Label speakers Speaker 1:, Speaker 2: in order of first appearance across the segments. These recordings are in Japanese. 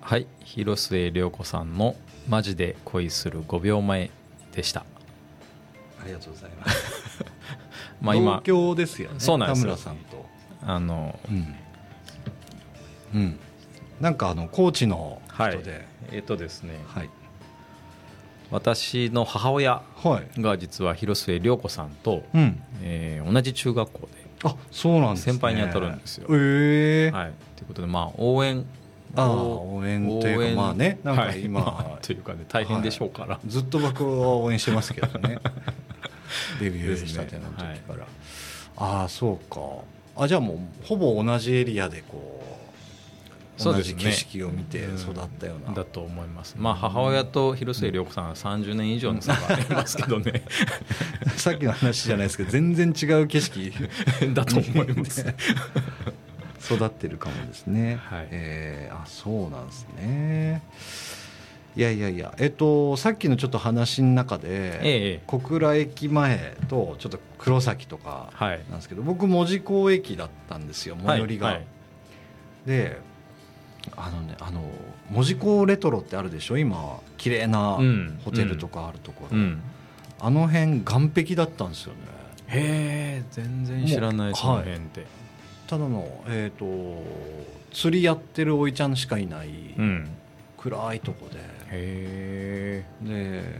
Speaker 1: はい広末涼子さんの「マジで恋する5秒前」でした
Speaker 2: ありがとうございます。
Speaker 1: まあ今
Speaker 2: 同郷ですよね。
Speaker 1: そうなんです
Speaker 2: 田
Speaker 1: よ
Speaker 2: 村さんと。
Speaker 1: あの
Speaker 2: うん。うん。なんかあの高知の人で、
Speaker 1: えっとですね
Speaker 2: はい、
Speaker 1: 私の母親
Speaker 2: はい、
Speaker 1: が実は広末涼子さんと、
Speaker 2: うん。
Speaker 1: えー同じ中学校
Speaker 2: あ、そうなんです、ね。
Speaker 1: 先輩に当たるんですよ
Speaker 2: ええ
Speaker 1: で、はい、ということでまあ応援
Speaker 2: ああ応援というかまあねなんか今
Speaker 1: はい まあというかね大変でしょうから、
Speaker 2: ずっと僕は応援してますけど ねデビューしたての時
Speaker 1: です
Speaker 2: から、ああそうかあじゃあもうほぼ同じエリアでこう
Speaker 1: そう
Speaker 2: 同
Speaker 1: です
Speaker 2: じ
Speaker 1: ね
Speaker 2: 景色を見て
Speaker 1: うん
Speaker 2: 育ったような、
Speaker 1: だと思いますまあ母親と広末涼子さんは30年以上の差がありますけど ね
Speaker 2: さっきの話じゃないですけど全然違う景色
Speaker 1: だと思います
Speaker 2: ね 育ってるかもですね、
Speaker 1: はい
Speaker 2: えーあそうなんですねいやいやいやえっとさっきのちょっと話の中で、
Speaker 1: ええ
Speaker 2: 小倉駅前とちょっと黒崎とか
Speaker 1: はい
Speaker 2: なんですけど僕門司港駅だったんですよ最寄りが、
Speaker 1: はいはい
Speaker 2: であのねあの門司港レトロってあるでしょ今綺麗な
Speaker 1: うん
Speaker 2: ホテルとかあるところ、
Speaker 1: うん、
Speaker 2: あの辺岸壁だったんですよね
Speaker 1: へえ全然知らない
Speaker 2: もう
Speaker 1: その辺って、
Speaker 2: ただの、えー、と釣りやってるおいちゃんしかいない
Speaker 1: うん
Speaker 2: 暗いとこで、
Speaker 1: へ
Speaker 2: で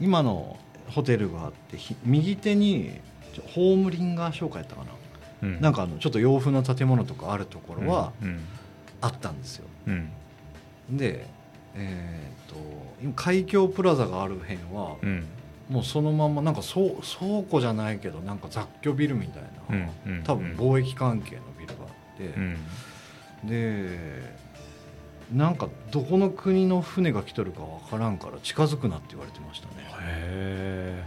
Speaker 2: 今のホテルがあってひ右手にちょホームリンガー商会やったかな、
Speaker 1: え
Speaker 2: なんかあのちょっと洋風な建物とかあるところは
Speaker 1: うん
Speaker 2: あったんですよ、
Speaker 1: うんうん
Speaker 2: でえっと今海峡プラザがある辺は
Speaker 1: うん
Speaker 2: もうそのまんまなんか倉倉庫じゃないけどなんか雑居ビルみたいな、
Speaker 1: うんうん
Speaker 2: 多分貿易関係のビルがあって、
Speaker 1: うん
Speaker 2: でなんかどこの国の船が来とるかわからんから近づくなって言われてましたね
Speaker 1: へ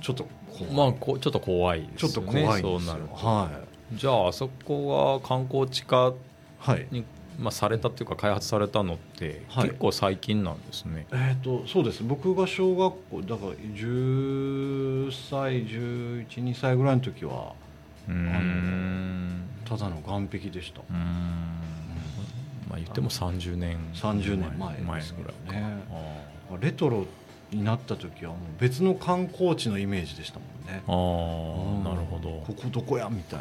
Speaker 2: ちょっと
Speaker 1: え
Speaker 2: 怖い、
Speaker 1: まあこうちょっと怖いです
Speaker 2: ちょ
Speaker 1: よ
Speaker 2: っ
Speaker 1: ね
Speaker 2: と怖いんですよ
Speaker 1: そうなると
Speaker 2: は
Speaker 1: じゃああそこが観光地化
Speaker 2: い、はい、
Speaker 1: に、まあ、されたっていうか開発されたのって
Speaker 2: はい
Speaker 1: 結構最近なんですね、
Speaker 2: えっ、とそうです僕が小学校だから10歳1112歳ぐらいの時は
Speaker 1: うーん
Speaker 2: ただの岸壁でした、
Speaker 1: うーんまあ言っても30年
Speaker 2: 30年前
Speaker 1: 前
Speaker 2: ですけ
Speaker 1: ぐ
Speaker 2: ど
Speaker 1: らいか、
Speaker 2: ね
Speaker 1: あ
Speaker 2: レトロになった時はもう別の観光地のイメージでしたもんね
Speaker 1: ーあー
Speaker 2: うん
Speaker 1: なるほど
Speaker 2: こ、こどこやみたい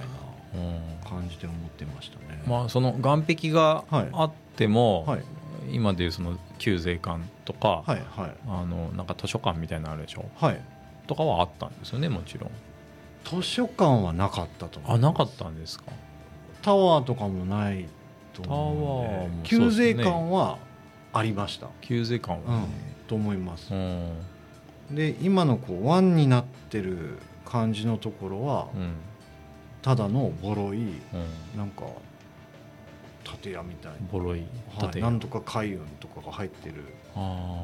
Speaker 1: うん
Speaker 2: な感じで思ってましたね、
Speaker 1: まあ、その岸壁が
Speaker 2: はい
Speaker 1: あっても、
Speaker 2: はい
Speaker 1: 今でいうその旧税関とか、
Speaker 2: はいはい
Speaker 1: あのなんか図書館みたいなのあるでしょ
Speaker 2: はい
Speaker 1: とかはあったんですよねもちろん
Speaker 2: 図書館はなかったと思う
Speaker 1: あなかったんですか
Speaker 2: タワーとかもないと思
Speaker 1: タワーも
Speaker 2: うんで
Speaker 1: そう
Speaker 2: 旧
Speaker 1: ですね
Speaker 2: 税館はありました、
Speaker 1: 旧税関
Speaker 2: う
Speaker 1: は
Speaker 2: ん
Speaker 1: ね、
Speaker 2: と思います
Speaker 1: う、ん
Speaker 2: で今のこう湾になってる感じのところは、
Speaker 1: うん
Speaker 2: ただのボロい
Speaker 1: うん
Speaker 2: なんか建屋みたいな、
Speaker 1: ボロい
Speaker 2: はい、
Speaker 1: 建
Speaker 2: な
Speaker 1: 屋
Speaker 2: んとか海運とかが入ってる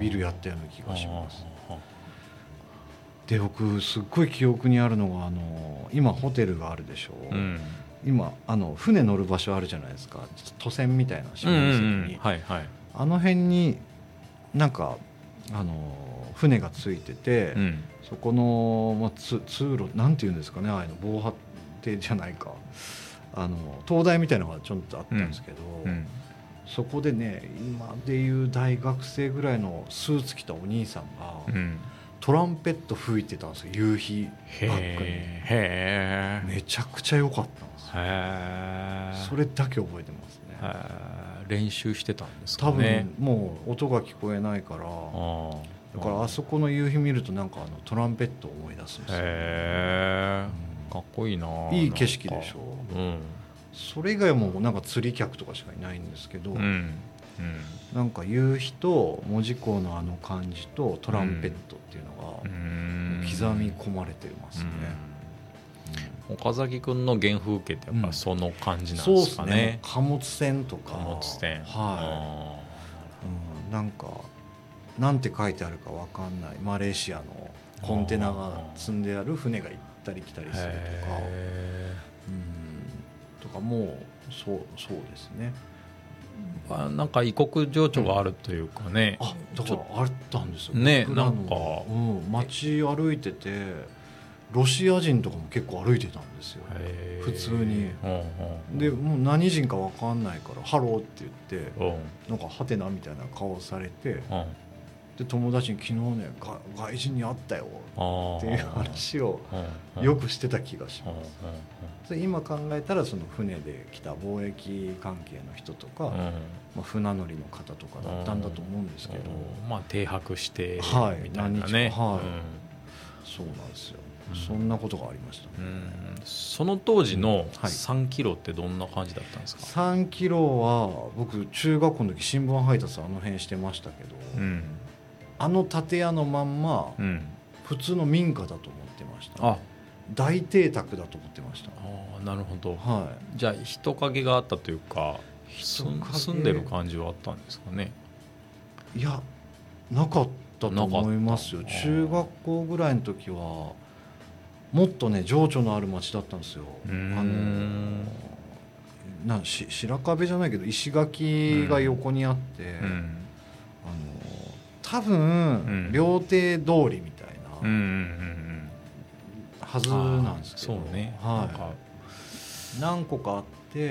Speaker 2: ビルやったような気がします
Speaker 1: あー
Speaker 2: で僕すっごい記憶にあるのがあの今ホテルがあるでしょう、
Speaker 1: うん
Speaker 2: 今あの船乗る場所あるじゃないですか都船みたいな島
Speaker 1: うんうんう
Speaker 2: の席に、
Speaker 1: んはいはい
Speaker 2: あの辺になんかあの船がついてて、
Speaker 1: うん
Speaker 2: そこの、まあ、つ通路なんていうんですかねああいうの防波堤じゃないかあの灯台みたいなのがちょっとあったんですけど、
Speaker 1: うん
Speaker 2: そこでね今でいう大学生ぐらいのスーツ着たお兄さんが、
Speaker 1: うん
Speaker 2: トランペット吹いてたんですよ夕日
Speaker 1: へ
Speaker 2: バックに
Speaker 1: えへえ
Speaker 2: めちゃくちゃ良かったんですよ
Speaker 1: へえ
Speaker 2: それだけ覚えてますね、
Speaker 1: へー練習してたんですか
Speaker 2: 多分、
Speaker 1: ね
Speaker 2: もう音が聞こえないか
Speaker 1: あ
Speaker 2: ら
Speaker 1: ー
Speaker 2: だからあそこの夕日見るとなんかあのトランペットを思い出すんですよ、
Speaker 1: へ
Speaker 2: うん
Speaker 1: えかっこいいないい
Speaker 2: い景色でしょ
Speaker 1: うん
Speaker 2: それ以外はもうなんか釣り客とかしかいないんですけど、
Speaker 1: うんうん
Speaker 2: なんか夕日と門司港のあの感じとトランペットっていうの
Speaker 1: う
Speaker 2: が
Speaker 1: ん
Speaker 2: 刻み込まれてますね、
Speaker 1: うん岡崎君の原風景ってやっ
Speaker 2: うん
Speaker 1: ぱその感じなん
Speaker 2: そう
Speaker 1: で
Speaker 2: ですす
Speaker 1: か
Speaker 2: ね
Speaker 1: ね
Speaker 2: 貨物船とか
Speaker 1: 貨物船
Speaker 2: はい
Speaker 1: あ
Speaker 2: うん、なんかなんて書いてあるかわかんないマレーシアのコンテナが積んである船が行ったり来たり
Speaker 1: ー
Speaker 2: するとか、
Speaker 1: へ
Speaker 2: うん、とかもうそうそうですね
Speaker 1: ーあなんか異国情緒があるというかね、
Speaker 2: あだ
Speaker 1: ち
Speaker 2: か
Speaker 1: ょ
Speaker 2: らあったんですよ
Speaker 1: ね
Speaker 2: 僕らの
Speaker 1: なんか
Speaker 2: うん、街歩いててロシア人とかも結構歩いてたんですよ
Speaker 1: へー
Speaker 2: 普通に
Speaker 1: うんうん
Speaker 2: でもう何人か分かんないから「ハロー」って言って
Speaker 1: うん
Speaker 2: なんか「ハテナ」みたいな顔されて
Speaker 1: うんあ
Speaker 2: で友達に「昨日ねが外人に会ったよ」
Speaker 1: ー
Speaker 2: っていう話を
Speaker 1: うんうん
Speaker 2: よくしてた気がし
Speaker 1: うんうん
Speaker 2: ます。それ今考えたらその船で来た貿易関係の人とか、
Speaker 1: うんうん
Speaker 2: まあ、船乗りの方とかだったんだと思うんですけど、
Speaker 1: まあ停泊して
Speaker 2: はい
Speaker 1: みたいなね、
Speaker 2: 何日かはい
Speaker 1: うん
Speaker 2: そうなんですよ、
Speaker 1: うん
Speaker 2: そんなことがありましたね、
Speaker 1: うんその当時の
Speaker 2: はい
Speaker 1: 3キロってどんな感じだったんですか、
Speaker 2: 3キロは僕中学校の時新聞配達あの辺してましたけど、
Speaker 1: うん
Speaker 2: あの建屋のまんま
Speaker 1: うん、
Speaker 2: 普通の民家だと思ってました、
Speaker 1: あ
Speaker 2: 大邸宅だと思ってました
Speaker 1: あーなるほど
Speaker 2: は
Speaker 1: じゃあ人影があったというか
Speaker 2: い
Speaker 1: す
Speaker 2: 人影
Speaker 1: 住んでる感じはあったんですかね
Speaker 2: いやなかったと思いますよ
Speaker 1: なかった
Speaker 2: 中学校ぐらいの時はもっとね情緒のある町だったんですよ
Speaker 1: うーん
Speaker 2: あのなんし白壁じゃないけど石垣が横にあって、
Speaker 1: うん
Speaker 2: あの多
Speaker 1: う
Speaker 2: 分
Speaker 1: ん
Speaker 2: 料亭通りみたい
Speaker 1: うんうん
Speaker 2: な
Speaker 1: うん
Speaker 2: はず
Speaker 1: うんあー
Speaker 2: なんですけど、
Speaker 1: そうね、なんか
Speaker 2: は、い、何個かあって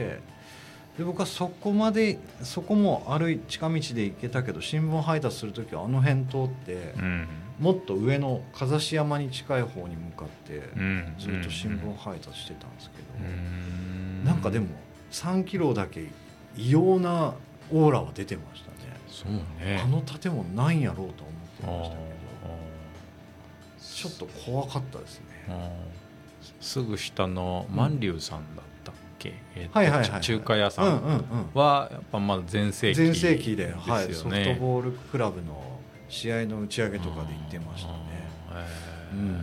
Speaker 2: で僕はそこまでそこも歩い近道で行けたけど新聞配達する時はあの辺通って、
Speaker 1: うん
Speaker 2: もっと上のかざし山に近い方に向かって
Speaker 1: うん、
Speaker 2: ずっと新聞配達してたんですけど、
Speaker 1: うん
Speaker 2: なんかでも3キロだけ異様なオーラは出てましたね。
Speaker 1: そうね
Speaker 2: あの建物なんやろうと思って
Speaker 1: あ
Speaker 2: ましたけどちょ
Speaker 1: ー
Speaker 2: っと怖かったです
Speaker 1: あ
Speaker 2: ね
Speaker 1: ーすぐ下の万龍さんだったっけ、えっと
Speaker 2: はいはいはいはい
Speaker 1: 中華屋
Speaker 2: うん
Speaker 1: さ
Speaker 2: うん
Speaker 1: ん
Speaker 2: うん
Speaker 1: はやっぱまだ全盛期
Speaker 2: 全盛期ではい、
Speaker 1: です
Speaker 2: ソ
Speaker 1: よ
Speaker 2: フ
Speaker 1: ね
Speaker 2: トボールクラブの試合の打ち上げとかで行ってましたね
Speaker 1: あー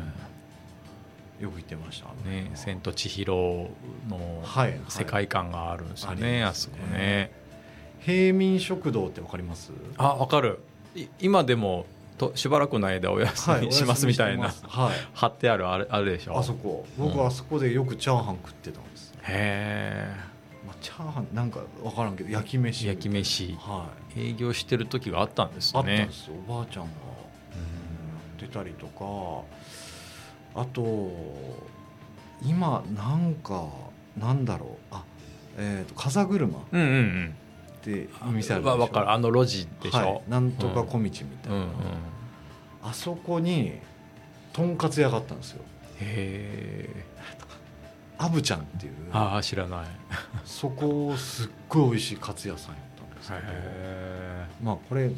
Speaker 1: え
Speaker 2: よく行ってましたあの
Speaker 1: ー
Speaker 2: 辺は
Speaker 1: ね「千と千尋」の
Speaker 2: はいはい
Speaker 1: 世界観があるんですよね、
Speaker 2: あり
Speaker 1: あ
Speaker 2: ます
Speaker 1: そ
Speaker 2: ね
Speaker 1: こね
Speaker 2: 平民食堂ってわかります
Speaker 1: あわかるい今でもとしばらくの間お休み しますみたい
Speaker 2: お
Speaker 1: な
Speaker 2: 休みしてますはい
Speaker 1: 貼ってあるあれあれでしょ
Speaker 2: あそこ僕
Speaker 1: うん
Speaker 2: あそこでよくチャーハン食ってたんです、
Speaker 1: へ
Speaker 2: まあ、チャーハンなんかわからんけど焼き
Speaker 1: え
Speaker 2: 飯
Speaker 1: 焼き飯
Speaker 2: はい
Speaker 1: 営業してる時があったんです
Speaker 2: あ
Speaker 1: ね
Speaker 2: ったんですよおばあちゃんが出たりとかあと今なんかなんだろうあえー、と風車っ
Speaker 1: うんうんうん
Speaker 2: て
Speaker 1: うん
Speaker 2: 店あるでし
Speaker 1: わ
Speaker 2: ょ
Speaker 1: わかるあの路地でしょ、
Speaker 2: はい、なんとか小道みたいな、
Speaker 1: うんうん
Speaker 2: あそこにとんかつ屋があったんですよ
Speaker 1: へえ
Speaker 2: アブちゃんっていう
Speaker 1: ああ知らない
Speaker 2: そこすっごい美味しいカツ屋さんやったんですけど
Speaker 1: へ
Speaker 2: まあこれ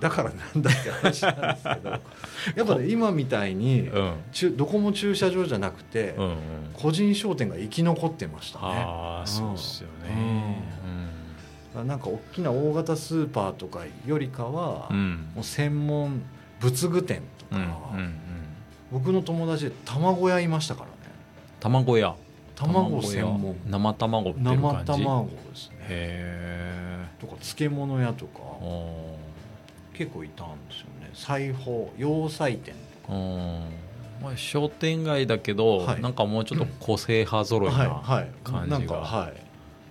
Speaker 2: だからなんだって話なんですけ どやっぱね今みたいに
Speaker 1: えうん
Speaker 2: ちゅどこも駐車場じゃなくて、
Speaker 1: うんうん
Speaker 2: 個人商店が生き残ってましたね
Speaker 1: ああそうっすよね
Speaker 2: なんか大きな大型スーパーとかよりかは、
Speaker 1: うん
Speaker 2: もう専門仏具店と
Speaker 1: うんう
Speaker 2: か、
Speaker 1: んうん
Speaker 2: 僕の友達で卵屋いましたからね
Speaker 1: 卵屋
Speaker 2: 卵
Speaker 1: 屋
Speaker 2: 専門
Speaker 1: 生卵っていう
Speaker 2: 生
Speaker 1: 感じへ
Speaker 2: 卵ですね
Speaker 1: え
Speaker 2: とか漬物屋とか
Speaker 1: お
Speaker 2: 結構いたんですよね裁縫洋裁店
Speaker 1: ーうんまあ商店街だけど、
Speaker 2: はい
Speaker 1: なんかもうちょっと個性派揃いな、
Speaker 2: はいは
Speaker 1: 感
Speaker 2: い
Speaker 1: じ
Speaker 2: な
Speaker 1: が
Speaker 2: んかはい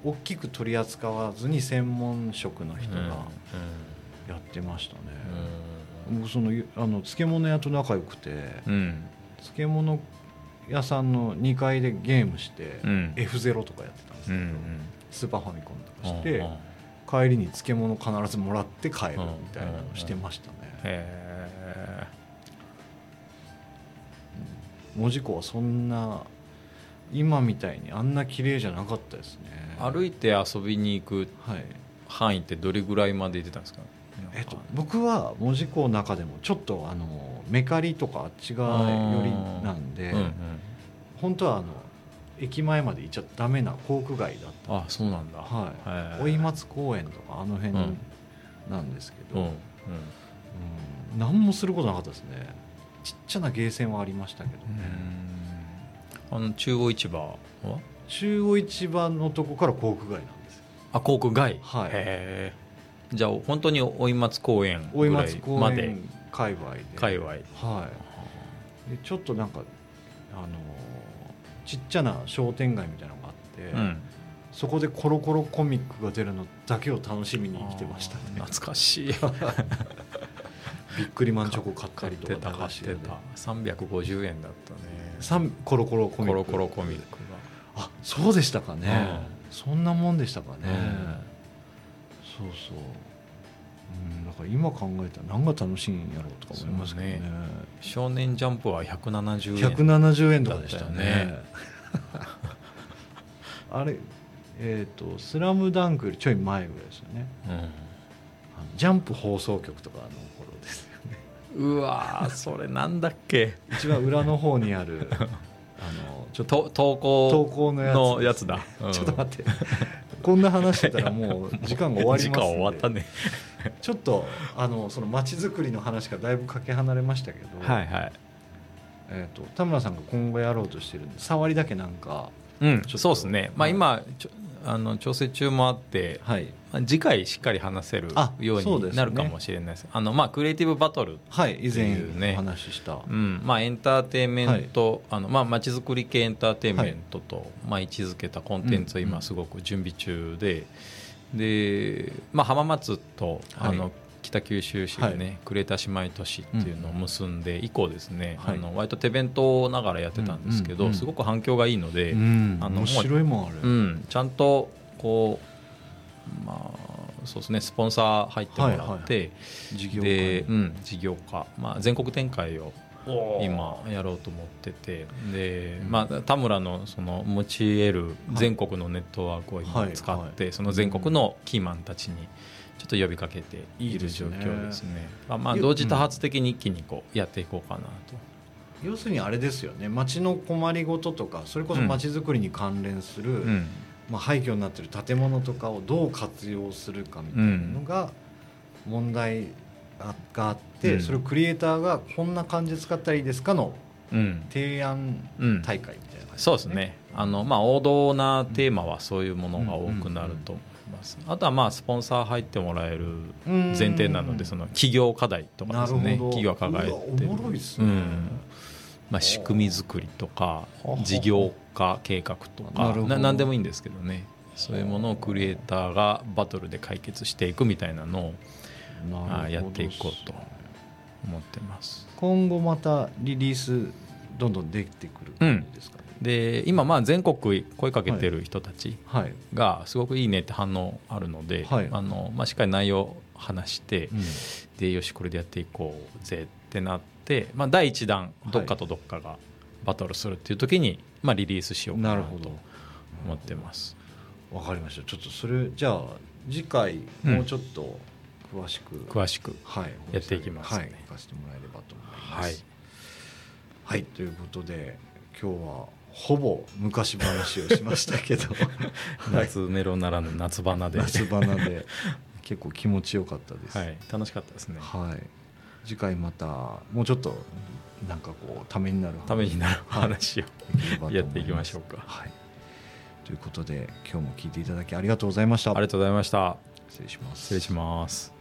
Speaker 2: 大きく取り扱わずに専門職の人
Speaker 1: うんうん
Speaker 2: がやってましたね、
Speaker 1: うん
Speaker 2: 僕そのあの漬物屋と仲良くて、
Speaker 1: うん
Speaker 2: 漬物屋さんの2階でゲームして、
Speaker 1: うん
Speaker 2: F0 とかやってたんです
Speaker 1: う
Speaker 2: け
Speaker 1: ん
Speaker 2: ど、
Speaker 1: うん
Speaker 2: スーパーファミコンとかし
Speaker 1: う
Speaker 2: て
Speaker 1: んうん
Speaker 2: 帰りに漬物必ずもらって帰るみたいなのしてましたね、
Speaker 1: へ
Speaker 2: 門司港はそんな今みたいにあんな綺麗じゃなかったですね
Speaker 1: え歩いて遊びに行く
Speaker 2: はい
Speaker 1: 範囲ってどれぐらいまで出てたんですか
Speaker 2: えっと、僕は門司港の中でもちょっとあのメカリとかあっち側寄りなんで、
Speaker 1: うんうん、
Speaker 2: 本当はあの駅前まで行っちゃダメな航空街だっ
Speaker 1: あそうなんだ
Speaker 2: た、は
Speaker 1: へえ
Speaker 2: い、追松公園とかあの辺
Speaker 1: うん
Speaker 2: なんですけ
Speaker 1: う
Speaker 2: ど、
Speaker 1: ん
Speaker 2: う
Speaker 1: うんん
Speaker 2: 何もすることなかったですねちっちゃなゲーセンはありましたけどね、
Speaker 1: あの中央市場は
Speaker 2: 中央市場のとこから航空街なんですよ
Speaker 1: あ航空街
Speaker 2: はい
Speaker 1: へえじゃあ本当に追松公園
Speaker 2: 追
Speaker 1: ぐら
Speaker 2: 松
Speaker 1: い
Speaker 2: 公
Speaker 1: まで
Speaker 2: 園界隈で
Speaker 1: 界隈
Speaker 2: はい、でちょっとなんか、あのーちっちゃな商店街みたいなのがあって、
Speaker 1: うん
Speaker 2: そこでコロコロコミックが出るのだけを楽しみに来てましたね
Speaker 1: 懐かしい
Speaker 2: びっくりマンチョコ買った
Speaker 1: 買っ
Speaker 2: りと
Speaker 1: てた
Speaker 2: か
Speaker 1: 買ってた350円だったね
Speaker 2: さんコロコロコミッ
Speaker 1: コ
Speaker 2: ク
Speaker 1: ロコロコミックが
Speaker 2: あそうでしたかね、そんなもんでしたかね、そうそう、うん、だから今考えたら何が楽しいんやろうとか思いますけどね
Speaker 1: 少年ジャンプは170円
Speaker 2: 170円とかでしたね
Speaker 1: だったよね
Speaker 2: あれえっ、と「スラムダンクよりちょい前ぐらいですよねあのジャンプ放送局とかの頃ですよね
Speaker 1: うん、うわーそれなんだっけ
Speaker 2: 一番裏の方にあ るあのちょっと
Speaker 1: と投
Speaker 2: 投
Speaker 1: 稿
Speaker 2: 稿のやつ
Speaker 1: のやつだ、うん
Speaker 2: ちょっと待ってこんな話してたらもう時間が終 わります
Speaker 1: 時
Speaker 2: んで
Speaker 1: 間終わったね
Speaker 2: ちょっとあのその街づくりの話からだいぶかけ離れましたけど、
Speaker 1: はいはい
Speaker 2: えー、と田村さんが今後やろうとしてるんで触りだけなんか
Speaker 1: うん
Speaker 2: ちょっと
Speaker 1: そうですねまあ
Speaker 2: はい
Speaker 1: 今ちょあの調整中もあって
Speaker 2: はい
Speaker 1: まあ次回しっかり話せる
Speaker 2: あ
Speaker 1: よう
Speaker 2: そうです
Speaker 1: に
Speaker 2: ね
Speaker 1: なるかもしれないですあのまあクリエイティブバトル
Speaker 2: はい以前
Speaker 1: っていうね
Speaker 2: お話しした、
Speaker 1: うんまあ、エンターテインメント、あのまあ、街づくり系エンターテインメントと、まあ、位置づけたコンテンツを
Speaker 2: うんう
Speaker 1: 今
Speaker 2: ん
Speaker 1: すごく準備中で、で、まあ、浜松と、
Speaker 2: は
Speaker 1: あ
Speaker 2: い
Speaker 1: の北九州市がね、
Speaker 2: は
Speaker 1: クレータ姉妹都市っていうのを結んで以降ですね、
Speaker 2: はい
Speaker 1: あの割と手弁当ながらやってたんですけど、
Speaker 2: うんうんうん
Speaker 1: すごく反響がいいので、
Speaker 2: う
Speaker 1: うん
Speaker 2: ん、
Speaker 1: あの
Speaker 2: 面白いもんあれ、
Speaker 1: ちゃんとこうまあそうですねスポンサー入ってもらって、
Speaker 2: は事業
Speaker 1: で、
Speaker 2: 界
Speaker 1: うん、事業化、まあ、全国展開を
Speaker 2: おー
Speaker 1: 今やろうと思っててで、
Speaker 2: うん
Speaker 1: まあ、田村のその持ち得る全国のネットワークを
Speaker 2: は
Speaker 1: 今
Speaker 2: い
Speaker 1: 使って、
Speaker 2: はい
Speaker 1: その全国のキーマンたちにちょっと呼びかけている状況ですねまあまあ、同時多発的に一気にこうやっていこうかなと。
Speaker 2: 要するにあれですよね町の困りごととかそれこそ
Speaker 1: うん
Speaker 2: 町づくりに関連する、
Speaker 1: うん
Speaker 2: まあ、廃墟になってる建物とかをどう活用するかみたいなのが問題あがあって、
Speaker 1: うん
Speaker 2: それをクリエイターがこんな感じで使ったらいいですかの
Speaker 1: うん
Speaker 2: 提案
Speaker 1: うん
Speaker 2: 大会みたいな感じ
Speaker 1: そうですねあの、まあ、王道なテーマはそういうものが多くなると思います、あとはまあスポンサー入ってもらえる前提なのでそ
Speaker 2: の
Speaker 1: の企業課題とかですね企業が抱えて
Speaker 2: お
Speaker 1: る
Speaker 2: もろいですね、
Speaker 1: うんまあ、仕組み作りとか
Speaker 2: はは
Speaker 1: 事業化計画と
Speaker 2: なる
Speaker 1: か
Speaker 2: ほど
Speaker 1: な何でもいいんですけどねそういうものをクリエイターがバトルで解決していくみたいなのを
Speaker 2: なるほど
Speaker 1: あやっていこうと思ってます。
Speaker 2: 今後またリリースどんどんできてくる感じですかね、
Speaker 1: で今まあ全国声かけてる人たち
Speaker 2: はい、
Speaker 1: がすごくいいねって反応あるので、
Speaker 2: はい
Speaker 1: あのまあ、しっかり内容を話して、
Speaker 2: うん
Speaker 1: でよしこれでやっていこうぜってなって、まあ、第1弾
Speaker 2: い
Speaker 1: どっかとどっかがバトルするっていう時に、まあ、リリースしようかな
Speaker 2: なる
Speaker 1: と
Speaker 2: ほど
Speaker 1: 思ってます。
Speaker 2: わかりましたちょっとそれじゃあ次回もうちょっと詳しく、
Speaker 1: 詳しく
Speaker 2: はい、
Speaker 1: やっていきますね
Speaker 2: はい、聞かせてもらえればと思います。
Speaker 1: はい
Speaker 2: はいということで今日はほぼ昔話をしましたけど、はい、
Speaker 1: 夏メロならぬ夏花で、は
Speaker 2: 夏花で結構気持ちよかったです。
Speaker 1: い、楽しかったですね。
Speaker 2: はい次回またもうちょっとなんかこうためになる話
Speaker 1: ためになる話を、
Speaker 2: できればと思ま す
Speaker 1: やっていきましょうか
Speaker 2: はい、ということで今日も聞いていただきありがとうございました。
Speaker 1: ありがとうございました
Speaker 2: 失礼します。
Speaker 1: 失礼します。